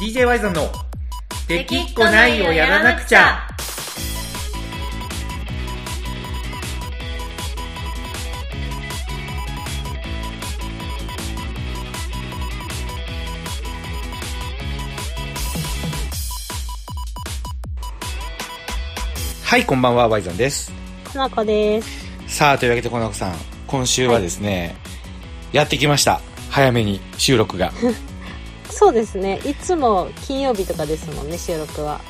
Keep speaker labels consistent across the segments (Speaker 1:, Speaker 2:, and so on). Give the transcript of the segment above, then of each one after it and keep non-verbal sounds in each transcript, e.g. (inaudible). Speaker 1: DJ ワイザンの「できっこないをやらなくちゃ」はいこんばんはワイザンです
Speaker 2: かなこです。
Speaker 1: さあというわけでこの子さん今週はですね、やってきました早めに収録が
Speaker 2: そうですね。いつも金曜日とかですもんね、収録は。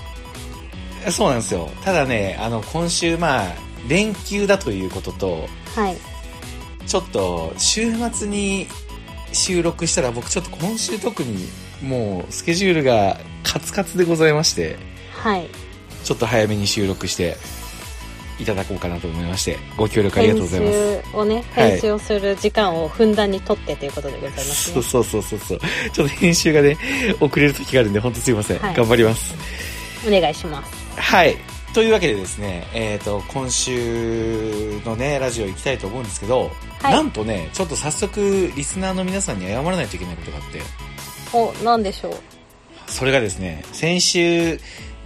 Speaker 1: そうなんですよただねあの今週まあ連休だということと
Speaker 2: はい。
Speaker 1: ちょっと週末に収録したら僕ちょっと今週特にもうスケジュールがカツカツでございまして
Speaker 2: はい。
Speaker 1: ちょっと早めに収録していただこうかなと思いましてご協力ありがとうございます
Speaker 2: 編集をね、
Speaker 1: はい
Speaker 2: 編集をする時間をふんだんに取ってということでございます
Speaker 1: そ
Speaker 2: ね
Speaker 1: う。そうそうそうそうちょっと編集がね遅れる時があるんで本当すいません、
Speaker 2: はい
Speaker 1: 頑張ります
Speaker 2: お願いします。
Speaker 1: はい。というわけでですね、えっ、と、今週のね、ラジオ行きたいと思うんですけど、
Speaker 2: はい
Speaker 1: なんとね、ちょっと早速、リスナーの皆さんに謝らないといけないことがあって、
Speaker 2: お、なんでしょう。
Speaker 1: それがですね、先週、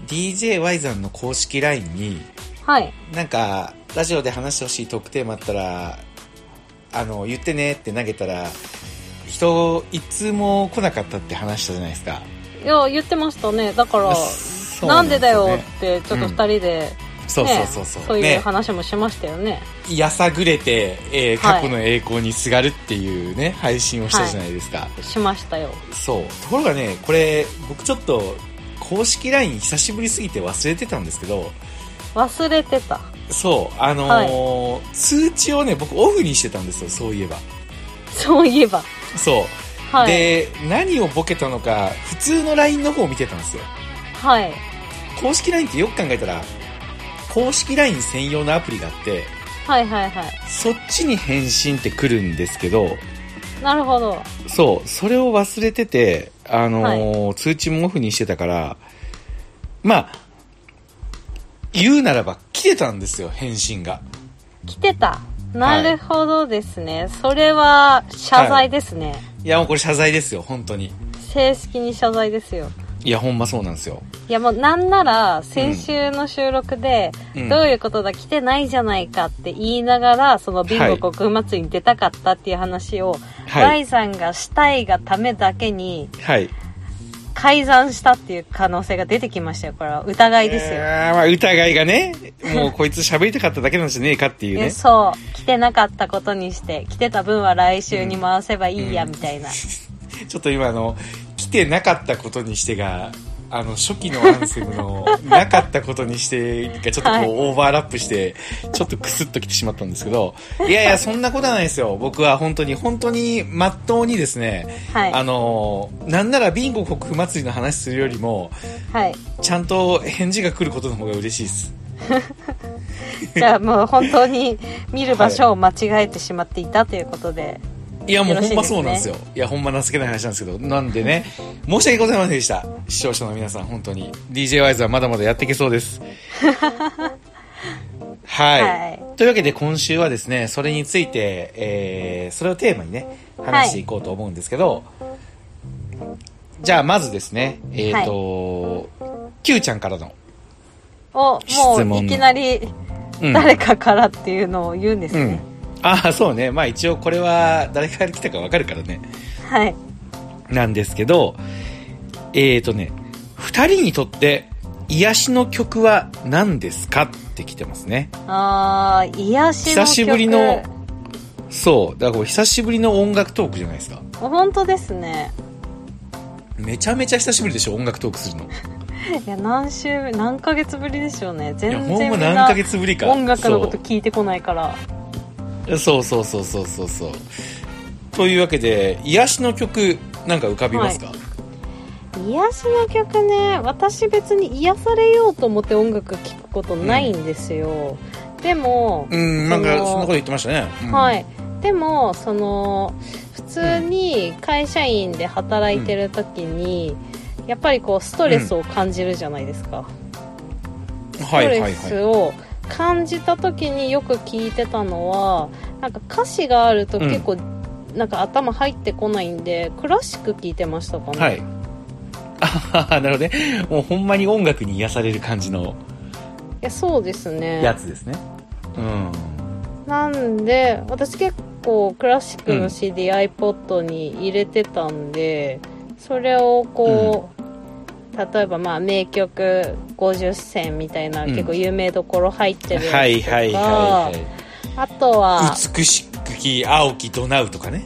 Speaker 1: DJY さんの公式 LINE に、
Speaker 2: はい。
Speaker 1: なんか、ラジオで話してほしいトークテーマあったら、あの、言ってねって投げたら、人、いつも来なかったって話したじゃないですか。
Speaker 2: いや、言ってましたね。だから、
Speaker 1: そう
Speaker 2: なん
Speaker 1: す
Speaker 2: で
Speaker 1: よね
Speaker 2: だよって、ちょっと二人で、ね
Speaker 1: そうそうそうそう。
Speaker 2: そうい
Speaker 1: ね
Speaker 2: う話もしましたよね。
Speaker 1: やさぐれて、えー
Speaker 2: は
Speaker 1: 過
Speaker 2: い
Speaker 1: 去の栄光にすがるっていうね、配信をしたじゃないですか、
Speaker 2: しましたよ。
Speaker 1: そうところがねこれ僕ちょっと公式 LINE 久しぶりすぎて忘れてたんですけど
Speaker 2: 忘れてた。
Speaker 1: そうあのー通知をね僕オフにしてたんですよそういえば
Speaker 2: そういえば。
Speaker 1: そう、
Speaker 2: はい。
Speaker 1: で何をボケたのか普通の LINE の方を見てたんですよ
Speaker 2: はい。
Speaker 1: 公式 LINE ってよく考えたら公式 LINE 専用のアプリがあって
Speaker 2: はいはいはい。
Speaker 1: そっちに返信って来るんですけど
Speaker 2: なるほど。
Speaker 1: そう、それを忘れてて、あのー通知もオフにしてたから、まあ、言うならば来てたんですよ、返信が。
Speaker 2: 来てたなるほどですね、それは謝罪ですね、
Speaker 1: いや、もうこれ謝罪ですよ、本当に。
Speaker 2: 正式に謝罪ですよ
Speaker 1: いや、ほんまそうなんですよ。
Speaker 2: いやもうなんなら先週の収録で、
Speaker 1: うん
Speaker 2: どういうことだ来てないじゃないかって言いながらそのビン
Speaker 1: は
Speaker 2: ゴ
Speaker 1: い
Speaker 2: 国府祭りに出たかったっていう話を、
Speaker 1: はい
Speaker 2: バイさんがしたいがためだけに
Speaker 1: はい。
Speaker 2: 改ざんしたっていう可能性が出てきましたよこれは疑いですよ、
Speaker 1: あーまあ、疑いがね、もうこいつ喋りたかっただけなんじゃねえかっていう
Speaker 2: いや
Speaker 1: ね。
Speaker 2: そう来てなかったことにして来てた分は来週に回せばいいやみたいな、
Speaker 1: ちょっと今、あの、来てなかったことにしてが、あの、初期のアンセムの、 (laughs) なかったことにしてが、ちょっとこう、
Speaker 2: はい
Speaker 1: オーバーラップして、ちょっとクスッと来てしまったんですけ
Speaker 2: (laughs)
Speaker 1: ど、いやいや、そんなことはないですよ。僕は本当に、本当に、まっとうにですね、
Speaker 2: はい
Speaker 1: あの、なんならビンゴ国府祭りの話するよりも、
Speaker 2: はい
Speaker 1: ちゃんと返事が来ることの方が嬉しいです。 (laughs)
Speaker 2: じゃあもう本当に見る場所を間違えてしまっていたということで、
Speaker 1: いや、もう
Speaker 2: よろ
Speaker 1: ほん
Speaker 2: しいで
Speaker 1: ますそ
Speaker 2: ね
Speaker 1: うなんですよ。いや、ほんま情けない話なんですけど、なんでね、申し訳ございませんでした。視聴者の皆さん、本当に。DJ ワイズはまだまだやっていけそう (laughs) です。はい、
Speaker 2: は
Speaker 1: というわけで、今週はですね、それについて、えー、それをテーマにね、話していこうと思うんですけど、じゃあ、まずですね、えっ、ー、と、Q ちゃんからの。
Speaker 2: を
Speaker 1: 質問
Speaker 2: も
Speaker 1: の
Speaker 2: ういきなり
Speaker 1: うん
Speaker 2: 誰かからっていうのを言うんです
Speaker 1: うん
Speaker 2: ね、。
Speaker 1: ああ、そうね。まあ一応これは誰から来たかわかるからね。
Speaker 2: はい
Speaker 1: なんですけど、えーとね、二人にとって癒しの曲は何ですかって来てますね。
Speaker 2: あー癒しの曲
Speaker 1: 久しぶりの、そう、だからこれ久しぶりの音楽トークじゃないですか。
Speaker 2: 本当ですね
Speaker 1: めちゃめちゃ久しぶりでしょ、音楽トークするの。
Speaker 2: いや何週何ヶ月ぶりでしょうね
Speaker 1: いや、
Speaker 2: 全
Speaker 1: ほん
Speaker 2: 然
Speaker 1: ま
Speaker 2: みんな
Speaker 1: 何ヶ月ぶりか。
Speaker 2: 音楽のこと聞いてこないから
Speaker 1: そうそうそうそうそうそう。というわけで、癒しの曲、なんか浮かびますか、
Speaker 2: 癒しの曲ね私別に癒されようと思って音楽聴くことないんですよ、でも
Speaker 1: うん、なんか
Speaker 2: その
Speaker 1: そんなこと言ってましたね。うん
Speaker 2: はい、でもその普通に会社員で働いてる時に、やっぱりこうストレスを感じるじゃないですか、
Speaker 1: は
Speaker 2: スト
Speaker 1: いは
Speaker 2: レ
Speaker 1: い
Speaker 2: ス
Speaker 1: は
Speaker 2: を感じた時によく聞いてたのはなんか歌詞があると結構、なんか頭入ってこないんでクラシック聞いてましたかね、
Speaker 1: い。はい。ああなるほどね。もうほんまに音楽に癒される感じの
Speaker 2: えそうですね
Speaker 1: やつですね。うん。
Speaker 2: なんで私結構クラシック
Speaker 1: うん
Speaker 2: の CDiPod に入れてたんで、それをこう、例えばまあ名曲50選みたいな、
Speaker 1: うん
Speaker 2: 結構有名どころ入ってるやつとか、
Speaker 1: はいはいは
Speaker 2: あと
Speaker 1: い
Speaker 2: は
Speaker 1: はい。美しくき青きドナウとか
Speaker 2: (laughs)
Speaker 1: ね。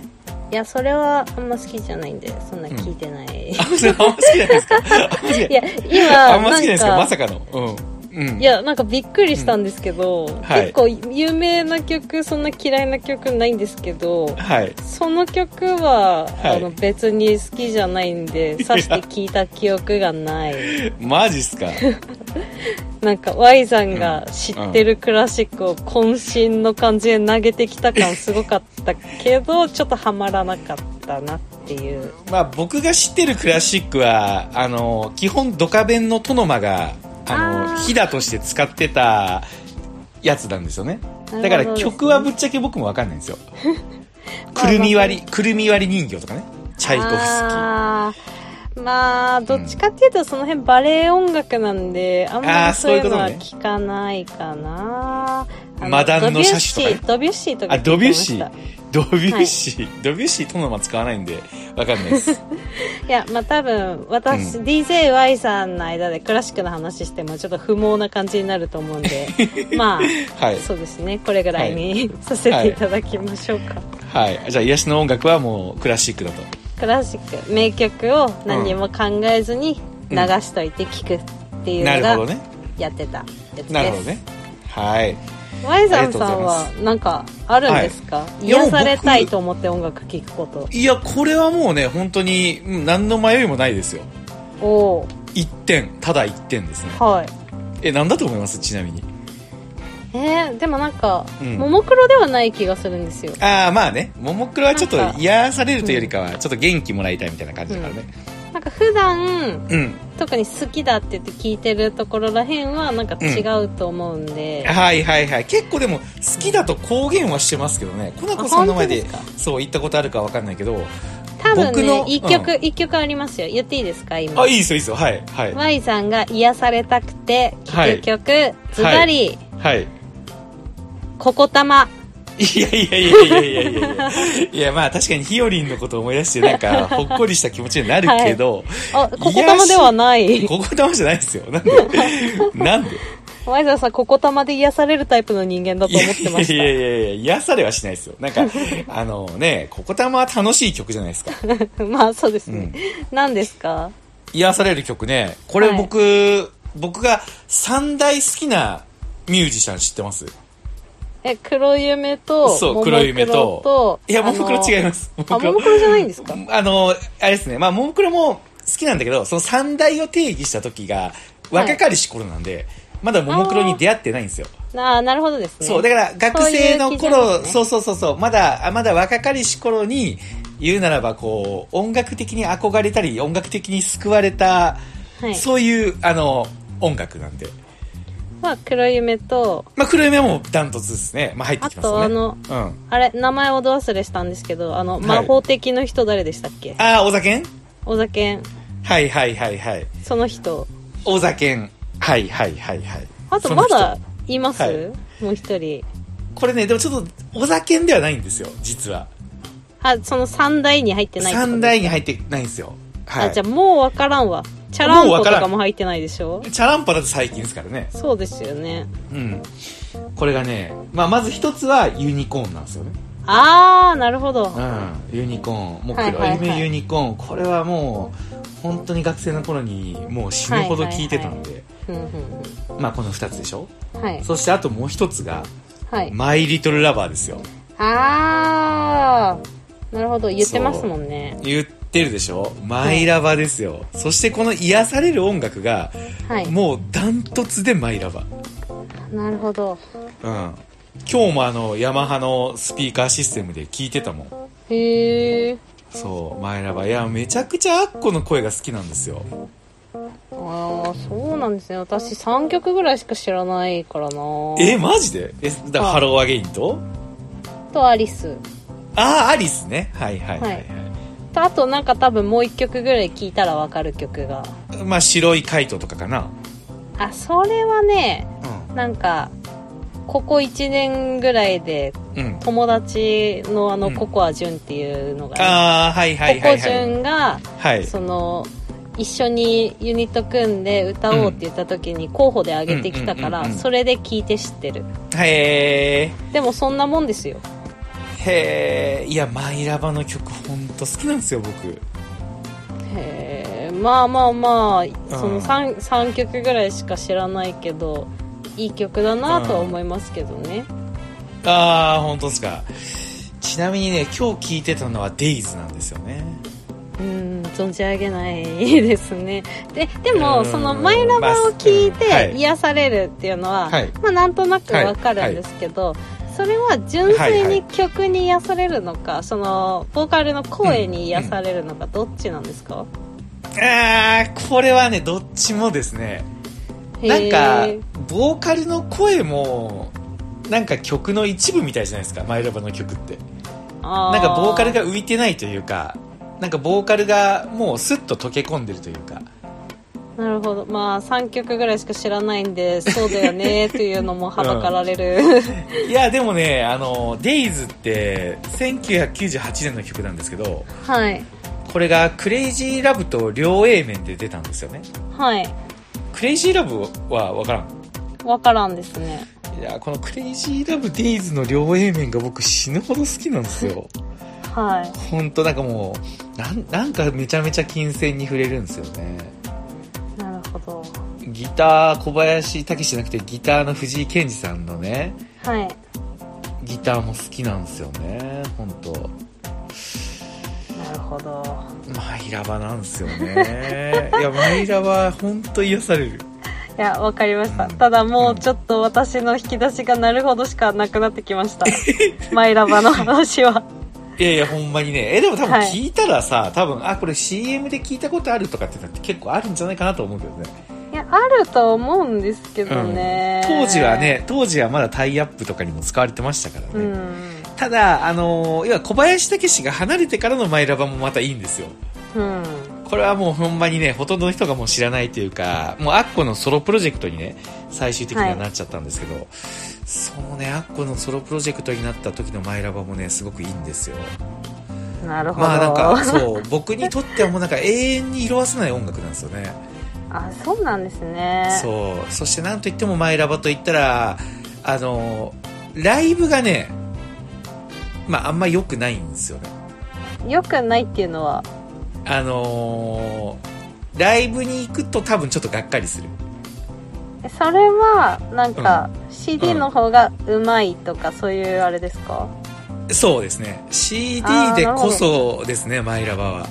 Speaker 2: いやそれはあんま好きじゃないんでそんな聞いてない、 (laughs)
Speaker 1: あ、それあんま好きじゃないですか。あんま好きじゃ
Speaker 2: いや今
Speaker 1: あんま好きじゃないですか、
Speaker 2: な
Speaker 1: ま
Speaker 2: んか
Speaker 1: さかの。うん。うん。
Speaker 2: いやなんかびっくりしたんですけど、
Speaker 1: はい
Speaker 2: 結構有名な曲そんな嫌いな曲ないんですけど、
Speaker 1: はい。
Speaker 2: その曲は、
Speaker 1: はい
Speaker 2: あの別に好きじゃない
Speaker 1: (laughs)
Speaker 2: んでさして聞いた記憶がない
Speaker 1: マジっすか。
Speaker 2: なんか Y さんが知ってるクラシックを渾身の感じで投げてきた感すごかったけど
Speaker 1: (laughs)
Speaker 2: ちょっとハマらなかったなっていう
Speaker 1: まあ僕が知ってるクラシックは、あの、基本ドカベンのトノマが、あ
Speaker 2: あ
Speaker 1: の、
Speaker 2: ー
Speaker 1: ヒダとして使ってたやつなんですよね。だか
Speaker 2: なるほど
Speaker 1: ら
Speaker 2: ですね
Speaker 1: 曲はぶっちゃけ僕もわかんないんです
Speaker 2: (laughs)
Speaker 1: よ。くるみ割り、くるみ割り人形とかね。チャイコフスキー。
Speaker 2: あーまあどっちかっていうとその辺バレエ音楽なんであんま
Speaker 1: あー
Speaker 2: りそういうのは
Speaker 1: そういうこと
Speaker 2: 聞かないかなあ
Speaker 1: マダムの車種とかね
Speaker 2: ドビュッシードビュッシーとか
Speaker 1: あ、
Speaker 2: 聞いて
Speaker 1: ドビュッシ
Speaker 2: ました
Speaker 1: ー。ドビュッシー。ドビュッシートノマ使わないんで、わかんない
Speaker 2: (laughs)
Speaker 1: です。
Speaker 2: いやまあ多分私、
Speaker 1: う
Speaker 2: DJY さんの間でクラシックの話してもちょっと不毛な感じになると思う
Speaker 1: (laughs)
Speaker 2: んでまあ、
Speaker 1: はい。
Speaker 2: そうですねこれぐらいに、 (laughs) させていただきましょうか、
Speaker 1: はい。じゃあ癒しの音楽はもうクラシックだと。
Speaker 2: クラシック名曲を何も考えずに流しといて聴くっていう
Speaker 1: な
Speaker 2: の
Speaker 1: るほど
Speaker 2: が
Speaker 1: ね。
Speaker 2: やってたやつ
Speaker 1: なる
Speaker 2: で
Speaker 1: ほど
Speaker 2: す、
Speaker 1: ね。はい。
Speaker 2: Y さ
Speaker 1: あり
Speaker 2: ん
Speaker 1: がと
Speaker 2: さ
Speaker 1: うござ
Speaker 2: ん
Speaker 1: いま
Speaker 2: は
Speaker 1: す
Speaker 2: なんかあるんですか、
Speaker 1: いや
Speaker 2: 癒されたいと思って音楽聴くこと
Speaker 1: いや、これはもうね、本当に、うん何の迷いもないですよ。
Speaker 2: おお
Speaker 1: 一点、ただ一点ですね。
Speaker 2: はい
Speaker 1: え、なんだと思いますちなみに。
Speaker 2: えー、でもなんか、
Speaker 1: うん
Speaker 2: ももクロではない気がするんですよ
Speaker 1: ああ、まあね、ももクロはちょっと
Speaker 2: なんか
Speaker 1: 癒されるというよりかは、ちょっと元気もらいたいみたいな感じだからね。
Speaker 2: なんか普段
Speaker 1: うん。
Speaker 2: 特に好きだって言って聞いてるところらへんはなんか違うと思うんで、
Speaker 1: はいはいはい。結構でも、好きだと公言はしてますけどね。コナコさんの前で
Speaker 2: あ本当です、
Speaker 1: そう、言ったことあるかわかんないけど。
Speaker 2: 多
Speaker 1: 僕
Speaker 2: 分
Speaker 1: の
Speaker 2: ね
Speaker 1: うん
Speaker 2: 一曲、一曲ありますよ言っていいですか今
Speaker 1: あ、いいですよ、いいですよ。はい、はい。
Speaker 2: Y さんが癒されたくて聴く曲、ズバリ
Speaker 1: はい。
Speaker 2: 「ここたま
Speaker 1: いやいやいやいやいやいやいや。いや、まあ確かにヒオリンのことを思い出して、なん
Speaker 2: (laughs)
Speaker 1: か、ほっこりした気持ちになるけど、」
Speaker 2: あ「ここたま」ではない
Speaker 1: ここ玉じゃないですよ。
Speaker 2: (laughs)
Speaker 1: なんでなんで
Speaker 2: Y さんさん「ここたま」で癒されるタイプの人間だと思ってました
Speaker 1: いやいやいやいや、癒されはしないですよ。なんか、あのね、ここ玉は楽しい曲じゃないですか。
Speaker 2: (laughs) まあそうです
Speaker 1: う
Speaker 2: ね
Speaker 1: ん、
Speaker 2: 何ですか
Speaker 1: 癒される曲ね。これ僕、僕が三大好きなミュージシャン知ってます
Speaker 2: え黒夢と
Speaker 1: そう
Speaker 2: ももクロ
Speaker 1: 黒夢と
Speaker 2: と
Speaker 1: いや、ももクロ違い
Speaker 2: い
Speaker 1: ます。も
Speaker 2: あ
Speaker 1: もク
Speaker 2: も
Speaker 1: ロ
Speaker 2: もクロじゃないんですか
Speaker 1: あの、あれですね、まあ、ももクロも好きなんだけど、その三大を定義した時が、若かりし頃なんで、まだももクロに出会ってないんですよ。
Speaker 2: ああなるほどですね
Speaker 1: そう、だから学生の頃、そう
Speaker 2: そういう気じゃないですね
Speaker 1: そうそうそう、まだ、あまだ若かりし頃に、言うならばこう、音楽的に憧れたり、音楽的に救われた、
Speaker 2: はい
Speaker 1: そういう、あの、音楽なんで。
Speaker 2: まあ、黒夢と、
Speaker 1: まあ、黒夢はもうダントツですね。まあ、入ってきますよね。
Speaker 2: あと
Speaker 1: あの、うん。
Speaker 2: あれ、名前をど忘れしたんですけど、あの、
Speaker 1: い
Speaker 2: 魔法的の人誰でしたっけ、
Speaker 1: ああ、小酒
Speaker 2: 小酒ん、
Speaker 1: はいはいはいはい。
Speaker 2: その人。
Speaker 1: 小酒はいはいはいはい。
Speaker 2: あ
Speaker 1: そ
Speaker 2: と、
Speaker 1: の
Speaker 2: ま
Speaker 1: 人
Speaker 2: だ、います、
Speaker 1: はい
Speaker 2: もう一人。
Speaker 1: これね、でもちょっと、小酒ではないんですよ、実は。
Speaker 2: あ、その三代に入ってないってこと
Speaker 1: 三大に入ってないんですよ。はい。
Speaker 2: あ、じゃあもうわからんわ。チャラ
Speaker 1: もう
Speaker 2: ンコ
Speaker 1: わ
Speaker 2: と
Speaker 1: からん
Speaker 2: かも入ってないでしょ
Speaker 1: チャランパだと最近ですからね。
Speaker 2: そうですよね。
Speaker 1: うん、これがね、まあ、まず一つはユニコーンなんですよね、
Speaker 2: あー、なるほど。
Speaker 1: うん、ユニコーンもう黒
Speaker 2: はい
Speaker 1: 夢、
Speaker 2: はいはい
Speaker 1: ユニコーンこれはもう本当に学生の頃にもう死ぬほど聴いてたんで、
Speaker 2: うんうん
Speaker 1: まあこの二つでしょ
Speaker 2: うんはい。
Speaker 1: そしてあともう一つが
Speaker 2: はい。
Speaker 1: マイ・リトル・ラバーですよ
Speaker 2: あー、なるほど。言ってますもんね。
Speaker 1: 言ってるでしょマイラバですよ、そしてこの癒される音楽が
Speaker 2: はい。
Speaker 1: もうダントツでマイラバ
Speaker 2: なるほど。
Speaker 1: うん今日もあのヤマハのスピーカーシステムで聴いてたもん
Speaker 2: へー。
Speaker 1: そう、マイラバ。いや、めちゃくちゃアッコの声が好きなんですよ。
Speaker 2: ああそうなんですね私3曲ぐらいしか知らないからな
Speaker 1: え、マジでえ、だ
Speaker 2: はい
Speaker 1: ハローアゲインと
Speaker 2: とアリス
Speaker 1: ああ、アリスね。はいはいはい。は
Speaker 2: はいとあとなんか多分もう一曲ぐらい聴いたらわかる曲が
Speaker 1: まあ、白いカイトとかかな。
Speaker 2: あそれはね
Speaker 1: う
Speaker 2: なんかここ1年ぐらいで
Speaker 1: ん。うん。
Speaker 2: 友達のあ
Speaker 1: う
Speaker 2: の
Speaker 1: ん
Speaker 2: ココアジュンっていうのが、
Speaker 1: ああ、はいはいは
Speaker 2: ココ
Speaker 1: い
Speaker 2: ジ
Speaker 1: はい。
Speaker 2: ュンが
Speaker 1: はい。
Speaker 2: その一緒にユニット組んで歌おうって言った時に候補で上げてきたか
Speaker 1: うんうん
Speaker 2: ら
Speaker 1: うんうん
Speaker 2: それで聞いて知ってる
Speaker 1: へえ。
Speaker 2: でもそんなもんですよ
Speaker 1: へえ。いや、マイラバの曲ほんと好きなんですよ、僕。
Speaker 2: へえまあまあまあその 3, 3曲ぐらいしか知らないけどいい曲だなとは思いますけどね
Speaker 1: ああ、ほんとっすか。ちなみにね、今日聴いてたのはデイズなんですよね。
Speaker 2: うん存じ上げないですねででも
Speaker 1: うん
Speaker 2: その「マイラバ」を聞い
Speaker 1: まあうんは
Speaker 2: て
Speaker 1: い
Speaker 2: 癒されるっていうのは、
Speaker 1: はい
Speaker 2: まあ、なんとなくわかるんですけど、それは純粋
Speaker 1: はい
Speaker 2: に曲に癒されるのか、そのボーカルの声に癒されるのかどっちなんですか、
Speaker 1: ああ、これはね、どっちもですね。なんか
Speaker 2: へー、
Speaker 1: ボーカルの声も、なんか曲の一部みたいじゃないですか、マイラバの曲って。
Speaker 2: あ
Speaker 1: なんかボーカルが浮いてないというか、なんかボーカルがもうスッと溶け込んでるというか。
Speaker 2: なるほどまあ3曲ぐらいしか知らないんでそうだ
Speaker 1: (laughs)
Speaker 2: よねっていうのもはばかられる、
Speaker 1: いや、でもね、あの、デイズって1998年の曲なんですけど、
Speaker 2: はい
Speaker 1: これがクレイジーラブと両 A 面で出たんですよね。
Speaker 2: はい
Speaker 1: クレイジーラブはわからん。
Speaker 2: わからんですね
Speaker 1: いや、このクレイジーラブデイズの両 A 面が僕死ぬほど好きなんですよ。
Speaker 2: はい
Speaker 1: ほんとなんかもう、なん、なんかめちゃめちゃ金銭に触れるんですよね。
Speaker 2: なるほど
Speaker 1: ギター小林武史じゃなくてギターの藤井健二さんのね、
Speaker 2: はい
Speaker 1: ギターも好きなんですよね。ほんと。
Speaker 2: なるほど
Speaker 1: マイラバなんですよ (laughs) ね。いや、マイラバほんと癒される。
Speaker 2: いやわかりました、
Speaker 1: うん
Speaker 2: ただもうちょっと私の引き出しがなるほどしかなくなってき
Speaker 1: (laughs)
Speaker 2: ましたマイラバの話はい
Speaker 1: やいや、ほんまにね。え、でも多分
Speaker 2: はい
Speaker 1: 聞いたらさ、多分、あ、これ CM で聞いたことあるとかってなって結構あるんじゃないかなと思うけどね。
Speaker 2: いやあると思うんですけどね、
Speaker 1: 当時はね、当時はまだタイアップとかにも使われてましたからね。
Speaker 2: うん
Speaker 1: ただ、あのー要は小林武史が離れてからのマイラバもまたいいんですよ。
Speaker 2: うん
Speaker 1: これはもうほんまにね、ほとんどの人がもう知らないというか、もうアッコのソロプロジェクトにね、最終的にはなっちゃったんですけど、そのね、アッコのソロプロジェクトになった時のマイラバもね、すごくいいんですよ。
Speaker 2: なるほど、
Speaker 1: まあなんか、そう、僕にとってはもうなんか永遠に色褪せない音楽なんですよね。
Speaker 2: あそうなんですね
Speaker 1: そう。そしてなんといってもマイラバといったら、あの、ライブがね、まああんま良くないんですよね。
Speaker 2: よくないっていうのは
Speaker 1: あのーライブに行くと多分ちょっとがっかりする。
Speaker 2: それはなんか CD の方がうまいとかそういうあれですか、
Speaker 1: そうですね。CD
Speaker 2: あー
Speaker 1: でこそですね、マイラバは。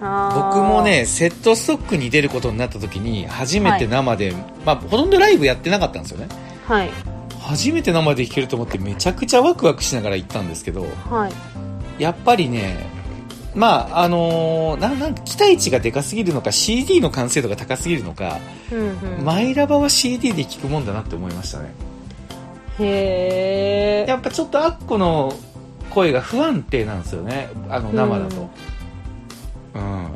Speaker 2: あー
Speaker 1: 僕もね、セットストックに出ることになった時に、初めて生で、まあ、ほとんどライブやってなかったんですよね。
Speaker 2: はい
Speaker 1: 初めて生で聴けると思ってめちゃくちゃワクワクしながら行ったんですけど、
Speaker 2: はい
Speaker 1: やっぱりね、まあ、あのーな、なん、期待値がでかすぎるのか、CD の完成度が高すぎるのか、
Speaker 2: うんうん
Speaker 1: マイラバは CD で聴くもんだなって思いましたね。
Speaker 2: へえ
Speaker 1: やっぱちょっとアッコの声が不安定なんですよね、あの、生だと。うん
Speaker 2: ま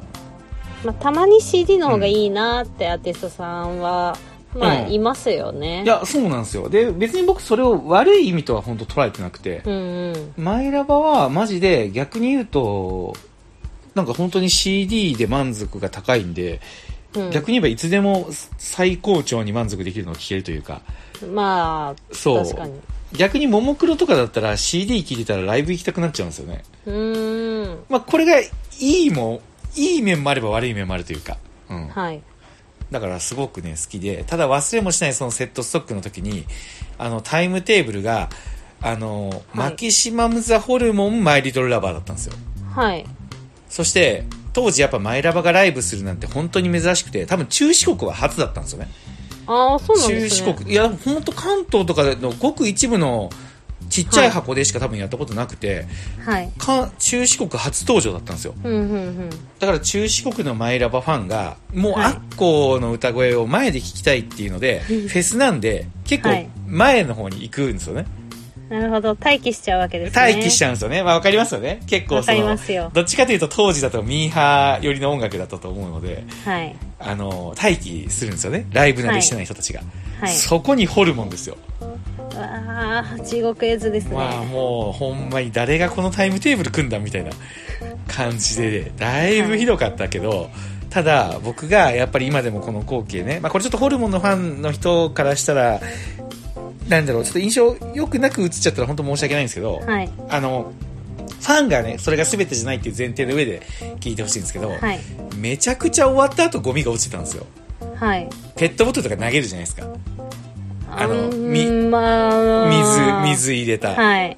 Speaker 2: あ、たまに CD の方がいいなってアーティストさんは、まあ、
Speaker 1: うん
Speaker 2: いますよね
Speaker 1: いや、そうなんですよ。で、別に僕それを悪い意味とは本当捉えてなくて、
Speaker 2: うんうん
Speaker 1: マイラバはマジで逆に言うと、なんか本当に CD で満足が高いんで、
Speaker 2: うん、
Speaker 1: 逆に言えばいつでも最高潮に満足できるのを聞けるというか、
Speaker 2: まあ
Speaker 1: そう。
Speaker 2: 確かに
Speaker 1: 逆にももクロとかだったら CD 聴いてたらライブ行きたくなっちゃうんですよね。
Speaker 2: うーん
Speaker 1: まあこれがいいも、いい面もあれば悪い面もあるというか。うん。
Speaker 2: はい
Speaker 1: だからすごくね、好きで、ただ忘れもしないそのセットストックの時に、あの、タイムテーブルが、あの、マキシマム・ザ・ホルモン・マイ・リトル・ラバーだったんですよ。
Speaker 2: はい
Speaker 1: そして、当時やっぱマイラバがライブするなんて本当に珍しくて、多分中四国は初だったんですよね。
Speaker 2: ああそうなんで
Speaker 1: 中
Speaker 2: す
Speaker 1: 四
Speaker 2: ね
Speaker 1: 国。いや、本当関東とかのごく一部のちっちゃい箱でしか多分やったことなくて、
Speaker 2: はい
Speaker 1: か中四国初登場だったんですよ。
Speaker 2: うんうんうん
Speaker 1: だから中四国のマイラバファンがもう
Speaker 2: はい
Speaker 1: アッコーの歌声を前で聞きたいっていうので、フェスなんで結構
Speaker 2: はい
Speaker 1: 前の方に行くんですよね、
Speaker 2: なるほど待機しちゃうわけですね
Speaker 1: 待機しちゃうんですよね。まあわかりますよね。結構そ
Speaker 2: わかり
Speaker 1: の
Speaker 2: ますよ、
Speaker 1: どっちかというと当時だとミーハー寄りの音楽だったと思うので、
Speaker 2: はい
Speaker 1: あの、待機するんですよね。ライブ慣れしてない人たちが。
Speaker 2: はい
Speaker 1: そこにホルモンですよ。
Speaker 2: わあ地獄絵図ですね、
Speaker 1: まあもうほんまに誰がこのタイムテーブル組んだみたいな感じで、だいぶひどかったけど、ただ僕がやっぱり今でもこの光景ね、まあこれちょっとホルモンのファンの人からしたら、なんだろう、ちょっと印象良くなく映っちゃったら本当申し訳ないんですけど、
Speaker 2: はい
Speaker 1: あの、ファンがね、それが全てじゃないっていう前提の上で聞いてほしいんですけど、
Speaker 2: はい
Speaker 1: めちゃくちゃ終わった後ゴミが落ちてたんですよ。
Speaker 2: はい
Speaker 1: ペットボトルとか投げるじゃないですか。あの
Speaker 2: うん
Speaker 1: み
Speaker 2: まあ
Speaker 1: 水、水入れた。
Speaker 2: はい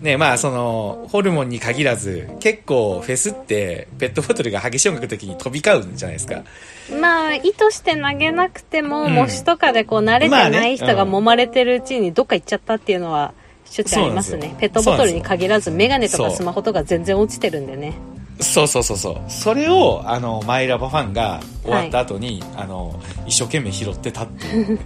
Speaker 1: ねまあそのホルモンに限らず結構フェスってペットボトルが激しい音楽の時に飛び交うんじゃないですか
Speaker 2: まあ意図して投げなくても、
Speaker 1: うん
Speaker 2: 模試とかでこう慣れて
Speaker 1: まあ
Speaker 2: な
Speaker 1: ね
Speaker 2: い人が
Speaker 1: うん
Speaker 2: 揉まれてるうちにどっか行っちゃったっていうのはしょっちゅうあります
Speaker 1: そうなん
Speaker 2: ね
Speaker 1: ですよ
Speaker 2: ペットボトルに限らずメガネとか
Speaker 1: そう
Speaker 2: スマホとか全然落ちてるんでね
Speaker 1: そうそうそうそうそれをあのマイラボファンが終わった後に、あの一生懸命拾ってたって (laughs) いう、ね、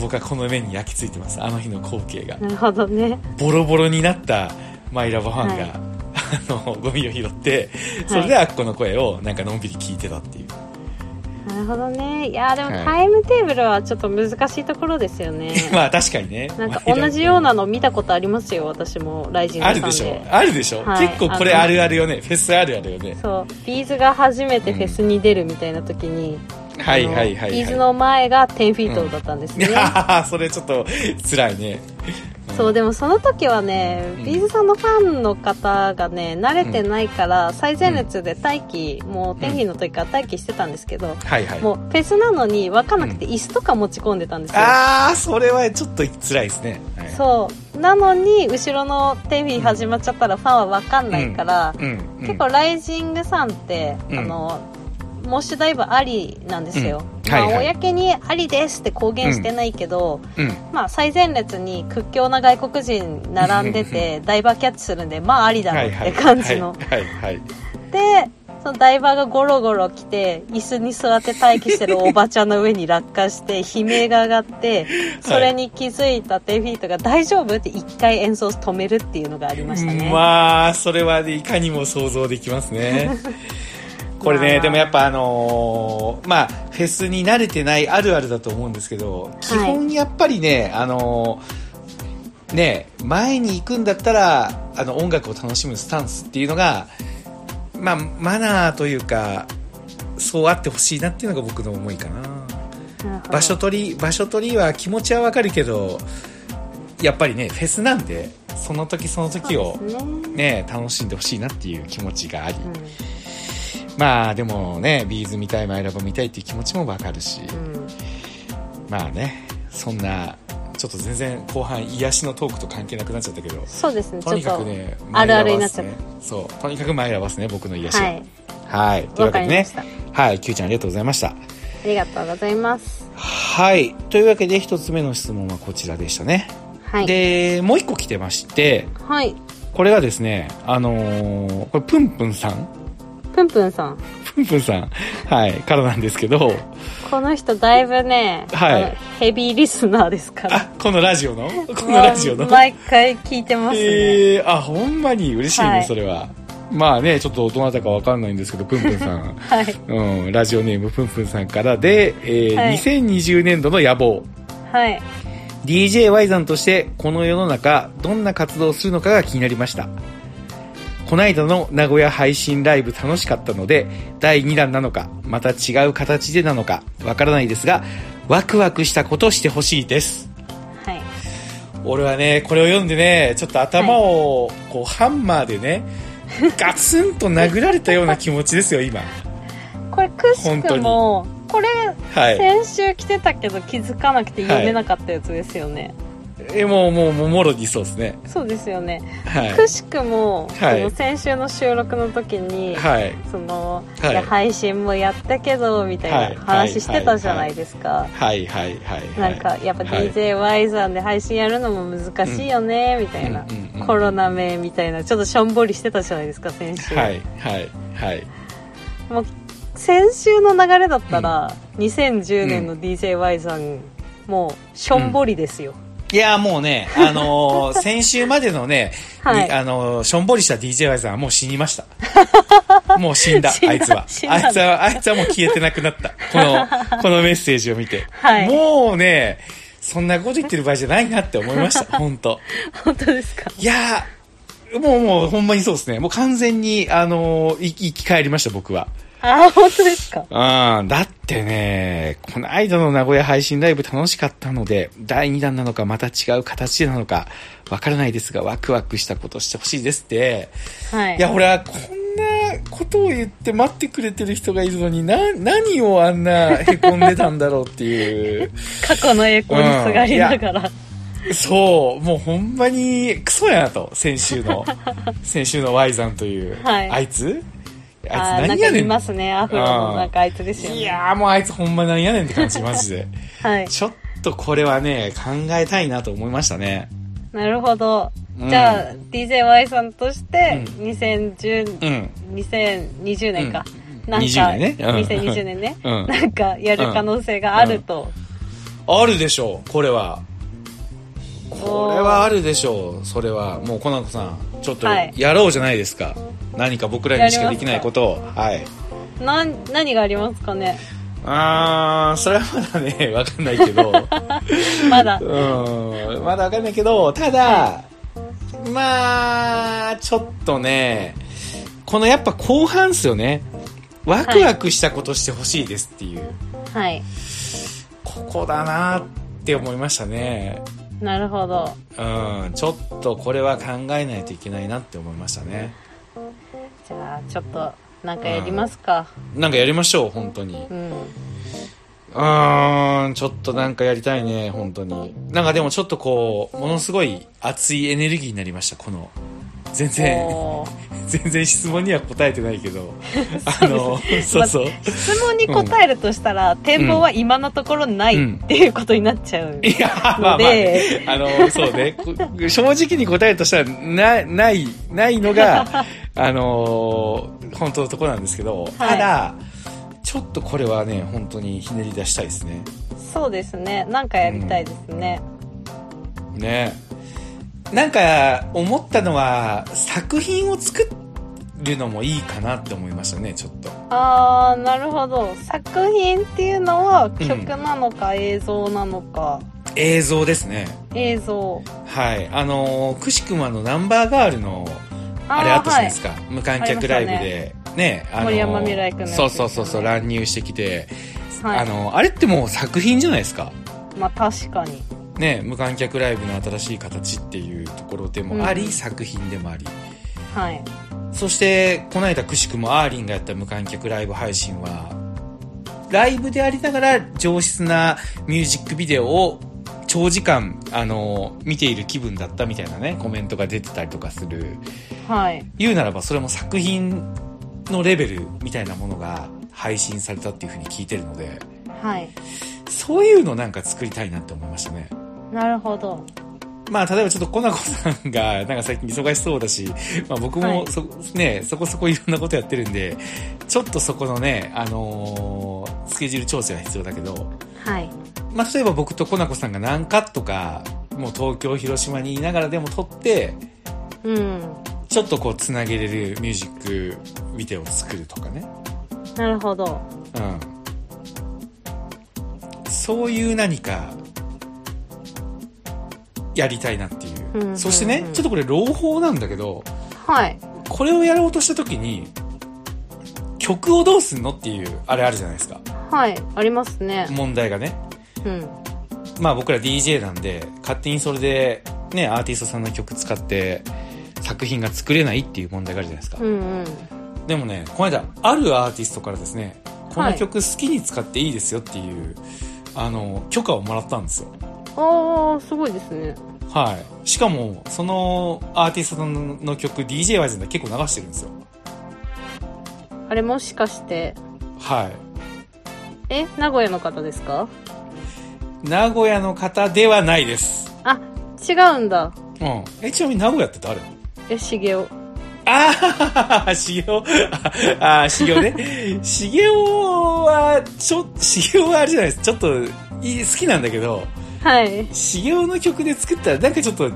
Speaker 1: 僕はこの目に焼き付いてますあの日の光景が
Speaker 2: なるほどね
Speaker 1: ボロボロになったマイラボファンが、
Speaker 2: はい
Speaker 1: あのゴミを拾ってそれでアッコの声をなんかのんびり聞いてたっていう、
Speaker 2: なるほどねいやーでも
Speaker 1: はい
Speaker 2: タイムテーブルはちょっと難しいところですよね
Speaker 1: (laughs) まあ確かにね
Speaker 2: なんか
Speaker 1: マイラ
Speaker 2: 同じようなの見たことありますよ私もライジング
Speaker 1: あ
Speaker 2: さ
Speaker 1: る
Speaker 2: んで
Speaker 1: でしょあるでしょ、
Speaker 2: はい
Speaker 1: 結構これあるあるよねフェスあるあるよね
Speaker 2: そうビーズが初めてフェスに出るみたいな時に、
Speaker 1: はいはいはい、
Speaker 2: あの
Speaker 1: はい、
Speaker 2: ビーズの前が10フィートだったんです
Speaker 1: い
Speaker 2: ね、
Speaker 1: やーそれちょっと辛いね
Speaker 2: (laughs) そうでもその時はね、
Speaker 1: うん
Speaker 2: ビーズさんのファンの方がね慣れてないから、最前列で待機もう天気の時から待機してたんですけど、
Speaker 1: はいはい
Speaker 2: もうフェスなのに分かんなくて椅子とか持ち込んでたんですよ、
Speaker 1: ああそれはちょっと辛いですね、はい、
Speaker 2: そうなのに後ろのテフィー始まっちゃったらファンは分かんないから、
Speaker 1: うん、うん、
Speaker 2: 結構ライジングさんって、
Speaker 1: うん
Speaker 2: あのモッシュダイブありなんですよ、
Speaker 1: うんはいはい
Speaker 2: まあ、公にありですって公言してないけど、
Speaker 1: うん
Speaker 2: まあ、最前列に屈強な外国人並ん
Speaker 1: (laughs)
Speaker 2: でてダイバーキャッチするんでまあありだ
Speaker 1: はい
Speaker 2: ろうっ
Speaker 1: はい
Speaker 2: て感じの、
Speaker 1: はいはいはい
Speaker 2: でそのダイバーがゴロゴロ来て椅子に座って待機してるおばちゃんの上に落下して (laughs) 悲鳴が上がってそれに気づいたテフィートが「大丈夫?」って一回演奏止めるっていうのがありましたね、
Speaker 1: まあそれはねいかにも想像できます
Speaker 2: (laughs)
Speaker 1: ねこれね、
Speaker 2: まあ
Speaker 1: でもやっぱあのーまあフェスに慣れてないあるあるだと思うんですけど基本やっぱりね、あのーね前に行くんだったらあの音楽を楽しむスタンスっていうのがまあマナーというかそうあってほしいなっていうのが僕の思いかな
Speaker 2: なるほど
Speaker 1: 場所取り場所取りは気持ちはわかるけどやっぱりねフェスなんでその時その時を
Speaker 2: そうですね
Speaker 1: ね、楽しんでほしいなっていう気持ちがあり、
Speaker 2: う
Speaker 1: まあでもねビーズ見たいマイラボ見たいっていう気持ちもわかるし、
Speaker 2: んうん
Speaker 1: まあねそんなちょっと全然後半癒しのトークと関係なくなっちゃったけど
Speaker 2: そうですねち
Speaker 1: と
Speaker 2: ょ
Speaker 1: に
Speaker 2: っ
Speaker 1: かく
Speaker 2: と、
Speaker 1: ね
Speaker 2: あるある
Speaker 1: マイ
Speaker 2: に
Speaker 1: ラバ
Speaker 2: な
Speaker 1: っ
Speaker 2: っちゃ
Speaker 1: す
Speaker 2: っ
Speaker 1: ねそうとにかくマイラバっすね僕の癒しは
Speaker 2: はい
Speaker 1: はいという
Speaker 2: わ
Speaker 1: わけ
Speaker 2: か
Speaker 1: で
Speaker 2: りま
Speaker 1: ね
Speaker 2: した、
Speaker 1: はいキューちゃんありがとうございました
Speaker 2: ありがとうございます
Speaker 1: はいというわけで一つ目の質問はこちらでしたね、
Speaker 2: はい
Speaker 1: でもう一個来てまして
Speaker 2: はい
Speaker 1: これがですねあのーこれプンプンさん
Speaker 2: プンプンさん
Speaker 1: プンプンさん、はい、からなんですけど、
Speaker 2: この人だいぶね、
Speaker 1: はい
Speaker 2: あのヘビーリスナーですから
Speaker 1: あ、このラジオのこの (laughs) ラジオの、
Speaker 2: まあ毎回聞いてますね、
Speaker 1: えー、あ、ほんまに嬉しいね、
Speaker 2: はい。
Speaker 1: それは。まあね、ちょっとどなたかわかんないんですけど、プンプンさん
Speaker 2: はい
Speaker 1: うん、ラジオネームプンプンさんからで、えー
Speaker 2: はい
Speaker 1: 2020年度の野望。
Speaker 2: はい
Speaker 1: DJY さんとしてこの世の中どんな活動をするのかが気になりましたこの間の名古屋配信ライブ楽しかったので第2弾なのかまた違う形でなのかわからないですがワクワクしたことをしてほしいです
Speaker 2: はい
Speaker 1: 俺はねこれを読んでねちょっと頭をこうハンマーでね、ガツンと殴られたような気持ちですよ今
Speaker 2: これくしくもこれ (laughs)
Speaker 1: はい
Speaker 2: 先週来てたけど気づかなくて読めなかったやつですよね、
Speaker 1: えもうもうもうもろにそうですね
Speaker 2: そうですよね、
Speaker 1: はい
Speaker 2: くしくも、
Speaker 1: はい
Speaker 2: その先週の収録の時に、
Speaker 1: はい
Speaker 2: その、
Speaker 1: はい
Speaker 2: いや配信もやったけどみたいな
Speaker 1: はい
Speaker 2: 話してたじゃないですか、
Speaker 1: はいはいはいはい
Speaker 2: なんかやっぱ
Speaker 1: はい
Speaker 2: DJY さんで配信やるのも難しいよね、みたいな、
Speaker 1: うんうんうん
Speaker 2: コロナ名みたいなちょっとしょんぼりしてたじゃないですか先週、
Speaker 1: はいはいはい
Speaker 2: もう先週の流れだったら、2010年の DJY さんもうしょんぼりですよ、
Speaker 1: いやーもうね、あの
Speaker 2: (laughs)
Speaker 1: ー先週までのね、
Speaker 2: はい
Speaker 1: にあのーしょんぼりした DJY さんはもう死にま
Speaker 2: (laughs)
Speaker 1: した。もう死んだ、
Speaker 2: 死んだ
Speaker 1: あいつは
Speaker 2: 死。んだんだ
Speaker 1: あいつは、あいつはもう消えてなくなった。こ
Speaker 2: (laughs)
Speaker 1: の、このメッセージを見て。
Speaker 2: はい
Speaker 1: もうね、そんなこと言ってる場合じゃないなって思いま
Speaker 2: (laughs)
Speaker 1: した、本当
Speaker 2: 本当ですか
Speaker 1: いやー、もうもうほんまにそうですね。もう完全に、あのーい生き返りました、僕は。
Speaker 2: ああ本当ですか
Speaker 1: うん、だってね、この間の名古屋配信ライブ楽しかったので、第2弾なのかまた違う形なのか、わからないですが、ワクワクしたことしてほしいですって。
Speaker 2: はい
Speaker 1: いや、俺はこんなことを言って待ってくれてる人がいるのに、な、何をあんな凹んでたんだろうって
Speaker 2: (laughs)
Speaker 1: いう。
Speaker 2: 過去の栄光にすがりながら、
Speaker 1: そう、もうほんまにクソやなと、先週
Speaker 2: (laughs)
Speaker 1: の、先週の Y さんという、
Speaker 2: はい
Speaker 1: あいつあいつ
Speaker 2: あーな
Speaker 1: 何
Speaker 2: んか
Speaker 1: やね
Speaker 2: い
Speaker 1: ん。
Speaker 2: ますねアフロのなんかあいつですよ
Speaker 1: い
Speaker 2: ね
Speaker 1: やーもうあいつほんまなんやねんって感じ、マジで。
Speaker 2: はい
Speaker 1: ちょっとこれはね、考えたいなと思いましたね。
Speaker 2: なるほど、
Speaker 1: うん
Speaker 2: じゃあ DJY さんとして2010、
Speaker 1: うん。
Speaker 2: 2020年か、
Speaker 1: うん
Speaker 2: なんか
Speaker 1: 20年ねうん
Speaker 2: 2020年ね、
Speaker 1: (laughs) うん
Speaker 2: なんかやる可能性があると、
Speaker 1: あるでしょう、これは。これはあるでしょう、それは。もう、コナコさん、ちょっと
Speaker 2: はい
Speaker 1: やろうじゃないですか。何か僕らにしかできないことを。はい。
Speaker 2: なん何がありますかね
Speaker 1: あー、それはまだね、 (laughs) わかんないけど。
Speaker 2: まだ
Speaker 1: うん、まだわかんないけど、ただ、まあ、ちょっとね、このやっぱ後半っすよね。ワクワクしたことしてほしいですっていう。
Speaker 2: はい
Speaker 1: ここだなって思いましたね。
Speaker 2: なるほど
Speaker 1: うん、ちょっとこれは考えないといけないなって思いましたね。
Speaker 2: じゃあちょっとなんかやりますか
Speaker 1: なんかやりましょう、本当に。
Speaker 2: うん、
Speaker 1: うーん、ちょっとなんかやりたいね、本当に。なんかでもちょっとこう、ものすごい熱いエネルギーになりました、この。全然、
Speaker 2: おー
Speaker 1: 全然質問には答えてないけど。あの、そうそう。
Speaker 2: 質問に答えるとしたら、展望は今のところないっていうことになっちゃう、
Speaker 1: いや、まあまあ、ね、あの、そうね。こ正直に答えるとしたら、な、ない、ないのが、あのー本当のところなんですけど、ただ、ちょっとこれはね、本当にひねり出したいですね。
Speaker 2: そうですねなんかやりたいですね、
Speaker 1: ねなんか、思ったのは、作品を作るのもいいかなって思いましたね、ちょっと。
Speaker 2: あーなるほど作品っていうのは曲なのか映像なのか、
Speaker 1: 映像ですね。
Speaker 2: 映像
Speaker 1: はい。あのーくしくもあの、ナンバーガールの、あれあったじゃないですか、無観客ライブで、ねあの
Speaker 2: 森山未來君のやつ
Speaker 1: そうそうそうそう乱入してきて、
Speaker 2: はい、はい
Speaker 1: あのあれってもう作品じゃないですか
Speaker 2: まあ確かに
Speaker 1: ね無観客ライブの新しい形っていうところでもあり、
Speaker 2: うん
Speaker 1: 作品でもあり
Speaker 2: はい
Speaker 1: そしてこの間くしくもアーリンがやった無観客ライブ配信はライブでありながら上質なミュージックビデオを長時間、あの、見ている気分だったみたいなね、コメントが出てたりとかする
Speaker 2: はい
Speaker 1: 言うならばそれも作品のレベルみたいなものが配信されたっていうふうに聞いてるので
Speaker 2: はい
Speaker 1: そういうのなんか作りたいなって思いましたね
Speaker 2: なるほど
Speaker 1: まあ例えばちょっとコナコさんがなんか最近忙しそうだし、まあ、僕
Speaker 2: は
Speaker 1: も
Speaker 2: い
Speaker 1: そ,、ね、そこそこいろんなことやってるんでちょっとそこのね、あのースケジュール調整が必要だけど、
Speaker 2: はい
Speaker 1: まあ、例えば僕とコナコさんが何カットかもう東京広島にいながらでも撮って
Speaker 2: うん
Speaker 1: ちょっとこうつなげれるミュージックビデオを作るとかね
Speaker 2: なるほど
Speaker 1: うんそういう何かやりたいなっていう,、
Speaker 2: うんうんうん
Speaker 1: そしてねちょっとこれ朗報なんだけど
Speaker 2: はい
Speaker 1: これをやろうとした時に曲をどうすんのっていうあれあるじゃないですか
Speaker 2: はいありますね
Speaker 1: 問題がね
Speaker 2: うん
Speaker 1: まあ僕ら DJ なんで勝手にそれでねアーティストさんの曲使って作品が作れないっていう問題があるじゃないですか、
Speaker 2: うんうん
Speaker 1: でもね、この間、あるアーティストからですね、この
Speaker 2: はい
Speaker 1: 曲好きに使っていいですよっていう、あの、許可をもらったんですよ。
Speaker 2: ああすごいですね
Speaker 1: はい。しかも、そのアーティストのの曲、DJ ワイズで結構流してるんですよ。
Speaker 2: あれもしかして
Speaker 1: はい。
Speaker 2: え名古屋の方ですか
Speaker 1: 名古屋の方ではないです。
Speaker 2: あ違うんだ
Speaker 1: うん。え、ちなみに名古屋って誰
Speaker 2: え茂雄
Speaker 1: ああ、しげお、ああ、しげおね。しげおは、ちょ、しげおはあれじゃないです。ちょっと、いい好きなんだけど、
Speaker 2: はい。
Speaker 1: 茂雄の曲で作ったらなんかちょっ
Speaker 2: (laughs)
Speaker 1: と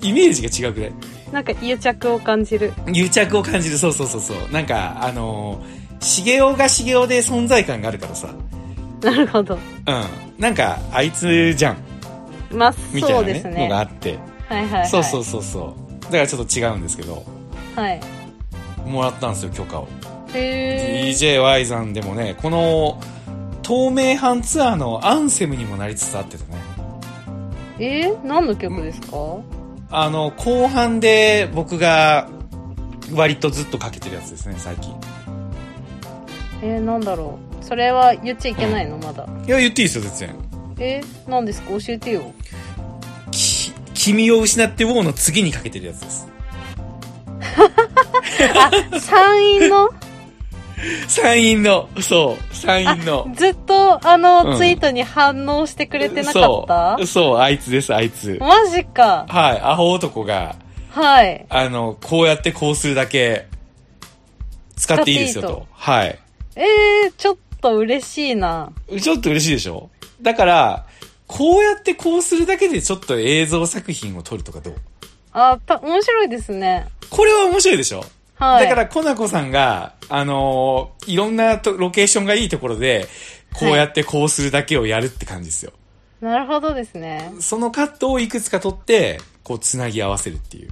Speaker 1: イメージが違うくらい
Speaker 2: なんか癒着を感じる。
Speaker 1: 癒着を感じるそうそうそうそうなんかあのー、茂雄が茂雄で存在感があるからさ
Speaker 2: なるほど。
Speaker 1: うんなんかあいつじゃん
Speaker 2: まあ、
Speaker 1: みたい
Speaker 2: そ
Speaker 1: な、
Speaker 2: う
Speaker 1: ね
Speaker 2: です
Speaker 1: のがあ
Speaker 2: ね。
Speaker 1: って、
Speaker 2: はいはい、はい。
Speaker 1: そうそうそうそうだからちょっと違うんですけど
Speaker 2: はい。
Speaker 1: もらったんですよ許可を
Speaker 2: へー
Speaker 1: DJY さんでもねこの透明版ツアーのアンセムにもなりつつあっててね
Speaker 2: えー、何の曲ですか
Speaker 1: あの後半で僕が割とずっとかけてるやつですね最近
Speaker 2: えー、なんだろう。それは言っちゃいけないのまだ。
Speaker 1: いや言っていいですよ全然
Speaker 2: えー、何ですか教えてよ。
Speaker 1: き君を失ってウォーの次にかけてるやつです
Speaker 2: 山陰の
Speaker 1: 山陰のそう山陰の
Speaker 2: ずっとあ
Speaker 1: う
Speaker 2: の
Speaker 1: ん
Speaker 2: ツイートに反応してくれてなかった、
Speaker 1: そうそうあいつですあいつ
Speaker 2: マジか。
Speaker 1: はいアホ男が
Speaker 2: はい。
Speaker 1: あのこうやってこうするだけ使っていいですよと
Speaker 2: 使っていい
Speaker 1: はい
Speaker 2: えー、ちょっと嬉しいな。
Speaker 1: ちょっと嬉しいでしょだから、こうやってこうするだけでちょっと映像作品を撮るとかどう
Speaker 2: あ、た、面白いですね。
Speaker 1: これは面白いでしょ、
Speaker 2: はい。
Speaker 1: だから、コナコさんが、あのーいろんなとロケーションがいいところで、こうやってこうするだけをやるって感じですよ。
Speaker 2: なるほどですね。
Speaker 1: そのカットをいくつか撮って、こう繋ぎ合わせるっていう。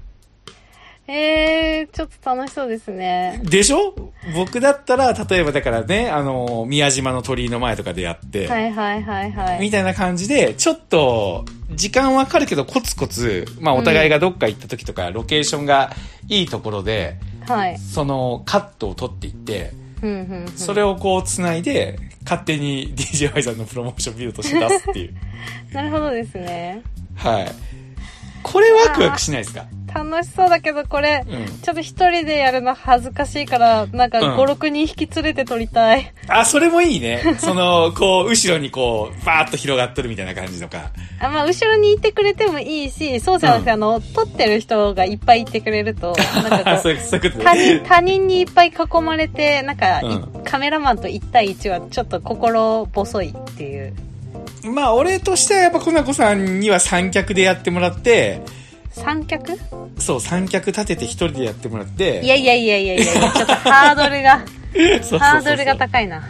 Speaker 2: えー、ちょっと楽しそうですね。
Speaker 1: でしょ僕だったら、例えばだからね、あのー宮島の鳥居の前とかでやって、
Speaker 2: はいはいはいはい。
Speaker 1: みたいな感じで、ちょっと、時間はかかるけど、コツコツ、まあ、お互いがどっか行った時とか、ロケーションがいいところで、
Speaker 2: はい。
Speaker 1: その、カットを取っていって、
Speaker 2: うんうん、うん。
Speaker 1: それをこう、繋いで、勝手に DJY さんのプロモーションビルドとして出すって
Speaker 2: (laughs)
Speaker 1: いう。
Speaker 2: なるほどですね。
Speaker 1: はい。これワクワクしないですか
Speaker 2: 楽しそうだけど、これ、
Speaker 1: うん。
Speaker 2: ちょっと一人でやるの恥ずかしいから、なんか
Speaker 1: うん
Speaker 2: 5、6人引き連れて撮りたい。
Speaker 1: あ、それもいい
Speaker 2: (laughs)
Speaker 1: ね。その、こう、後ろにこう、バーッと広がっとるみたいな感じとか。
Speaker 2: あまあ、後ろにいてくれてもいいし、そうじゃなくて、
Speaker 1: う
Speaker 2: あの、撮ってる人がいっぱいいてくれると、なんか
Speaker 1: (laughs)
Speaker 2: こ
Speaker 1: そう
Speaker 2: う、
Speaker 1: いうそういうこと
Speaker 2: 他
Speaker 1: ね。
Speaker 2: 人、他人にいっぱい囲まれて、なんか、い
Speaker 1: うん
Speaker 2: カメラマンと1対1はちょっと心細いっていう。
Speaker 1: まあ、俺としてはやっぱ、コナコさんには三脚でやってもらって、
Speaker 2: 三脚
Speaker 1: そう、三脚立てて一人でやってもらって。
Speaker 2: いやいやいやいやいや、ちょっとハードル
Speaker 1: (laughs)
Speaker 2: が、
Speaker 1: そうそうそうそう
Speaker 2: ハードルが高いな。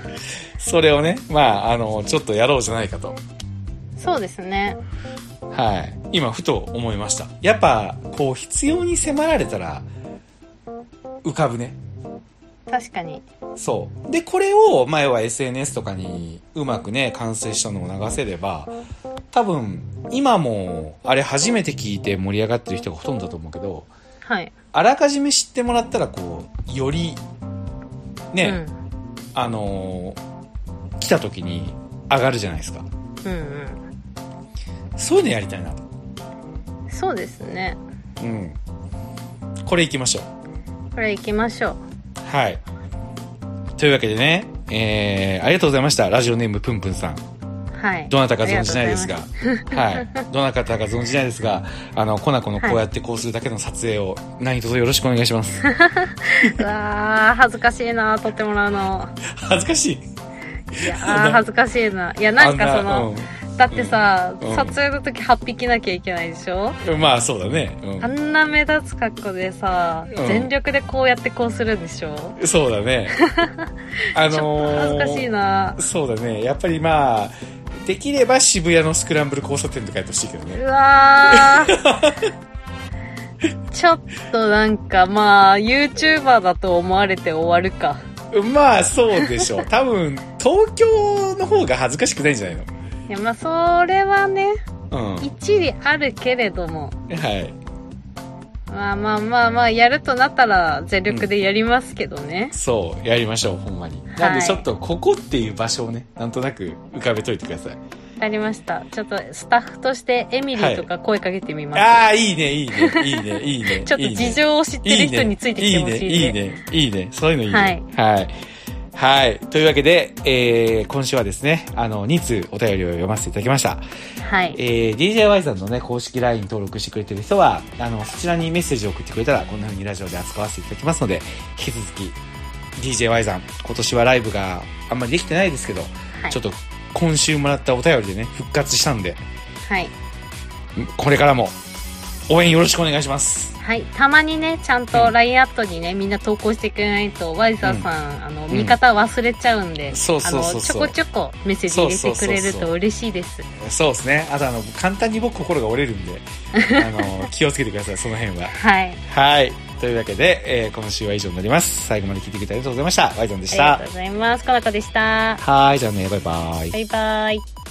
Speaker 1: それをね、まあ、あの、ちょっとやろうじゃないかと。
Speaker 2: そうですね。
Speaker 1: はい。今、ふと思いました。やっぱ、こう、必要に迫られたら、浮かぶね。
Speaker 2: 確かに。
Speaker 1: そう。で、これを、前は SNS とかにうまくね、完成したのを流せれば、多分、今も、あれ初めて聞いて盛り上がってる人がほとんどだと思うけど、
Speaker 2: はい。
Speaker 1: あらかじめ知ってもらったら、こう、より、ね、
Speaker 2: うん。
Speaker 1: あのー来た時に上がるじゃないですか。
Speaker 2: うん
Speaker 1: そういうのやりたいな。
Speaker 2: うん。そうですね。
Speaker 1: うん。これ行きましょう。
Speaker 2: これ行きましょう。
Speaker 1: はい。というわけでね、えー、ありがとうございました。ラジオネームぷんぷんさん。
Speaker 2: はい。
Speaker 1: どなたか存じないですが、
Speaker 2: あり
Speaker 1: はい。どなたか存じないですが、あの、コナコのこうやってこうするだけの撮影を何卒よろしくお願いします。
Speaker 2: がとうございます。うわー、恥ずかしいな、撮ってもらうの。
Speaker 1: 恥ずかしい。
Speaker 2: い
Speaker 1: (laughs)
Speaker 2: やー、恥ずかしいな。いや、なんかそ
Speaker 1: あん
Speaker 2: の、
Speaker 1: な
Speaker 2: だってさ、
Speaker 1: うん
Speaker 2: 撮影の時8匹なきゃいけないでしょ
Speaker 1: うん、まあそうだね。
Speaker 2: あんな目立つ格好でさ、
Speaker 1: うん
Speaker 2: 全力でこうやってこうするんでしょ
Speaker 1: うん。そうだ
Speaker 2: (laughs)
Speaker 1: ね。あ
Speaker 2: ちょ
Speaker 1: の
Speaker 2: っと
Speaker 1: ー、
Speaker 2: 恥ずかしいな。
Speaker 1: そうだね。やっぱりまあ、できれば渋谷のスクランブル交差点とかやってほしいけど
Speaker 2: う
Speaker 1: ね。
Speaker 2: わー。
Speaker 1: (laughs)
Speaker 2: ちょっとなんかまあ、YouTuber だと思われて終わるか。
Speaker 1: まあ、そうで
Speaker 2: (laughs)
Speaker 1: しょう。多分、東京の方が恥ずかしくないんじゃないの
Speaker 2: いやまあ、それはね、
Speaker 1: うん。は
Speaker 2: 一理あるけれども。
Speaker 1: い。
Speaker 2: まあまあまあまあ、やるとなったら全力でやりますけどね。
Speaker 1: そう、やりましょう、ほんまに。なんで、ちょっと、ここっていう場所をね、なんとなく浮かべといてください。
Speaker 2: わかりました。ちょっとスタッフとしてエミリーとか声かけてみます。
Speaker 1: ああ、いいね、いいね、いいね、いいね。
Speaker 2: (laughs) ちょっと事情を知ってる人についてきてほしいんで。
Speaker 1: いいね、いいね、いいね、いいねそういうのいいね。はい。はい。というわけで、えー、今週はですね、あの、2通お便りを読ませていただきました。
Speaker 2: はい。
Speaker 1: えー、DJY さんのね、公式 LINE 登録してくれてる人は、あの、そちらにメッセージを送ってくれたら、こんな風にラジオで扱わせていただきますので、引き続き、DJY さん、今年はライブがあんまりできてないですけど、
Speaker 2: はい
Speaker 1: ちょっと、今週もらったお便りでね、復活したんで、
Speaker 3: はい。
Speaker 1: これからも応援よろしくお願いします。
Speaker 3: はい。たまにね、ちゃん
Speaker 1: う
Speaker 3: と
Speaker 1: ん
Speaker 3: LINE アットにね、みんな投稿してくれないと、ワイザーさん、あの、
Speaker 1: ん
Speaker 3: 見方忘れちゃうんで、
Speaker 1: そうそうそう
Speaker 3: あの、ちょ
Speaker 1: そう
Speaker 3: こちょこメッセージ入れてく
Speaker 1: そ
Speaker 3: れ
Speaker 1: うそう
Speaker 3: る
Speaker 1: そうそ
Speaker 3: と
Speaker 1: う
Speaker 3: 嬉しいです。
Speaker 1: そうですね。あと、あの、簡単に僕心が折れるんで、 (laughs) あの、気をつけてください、その辺は。
Speaker 3: はい。
Speaker 1: はい。というわけで、えー今週は以上になります。最後まで聞いてくれてありがとうございました。ワイドンでし
Speaker 3: ありが
Speaker 1: た
Speaker 3: とう。ございます。かなこでした。
Speaker 1: はい、じゃあね、バイバイ。
Speaker 3: バイバイ。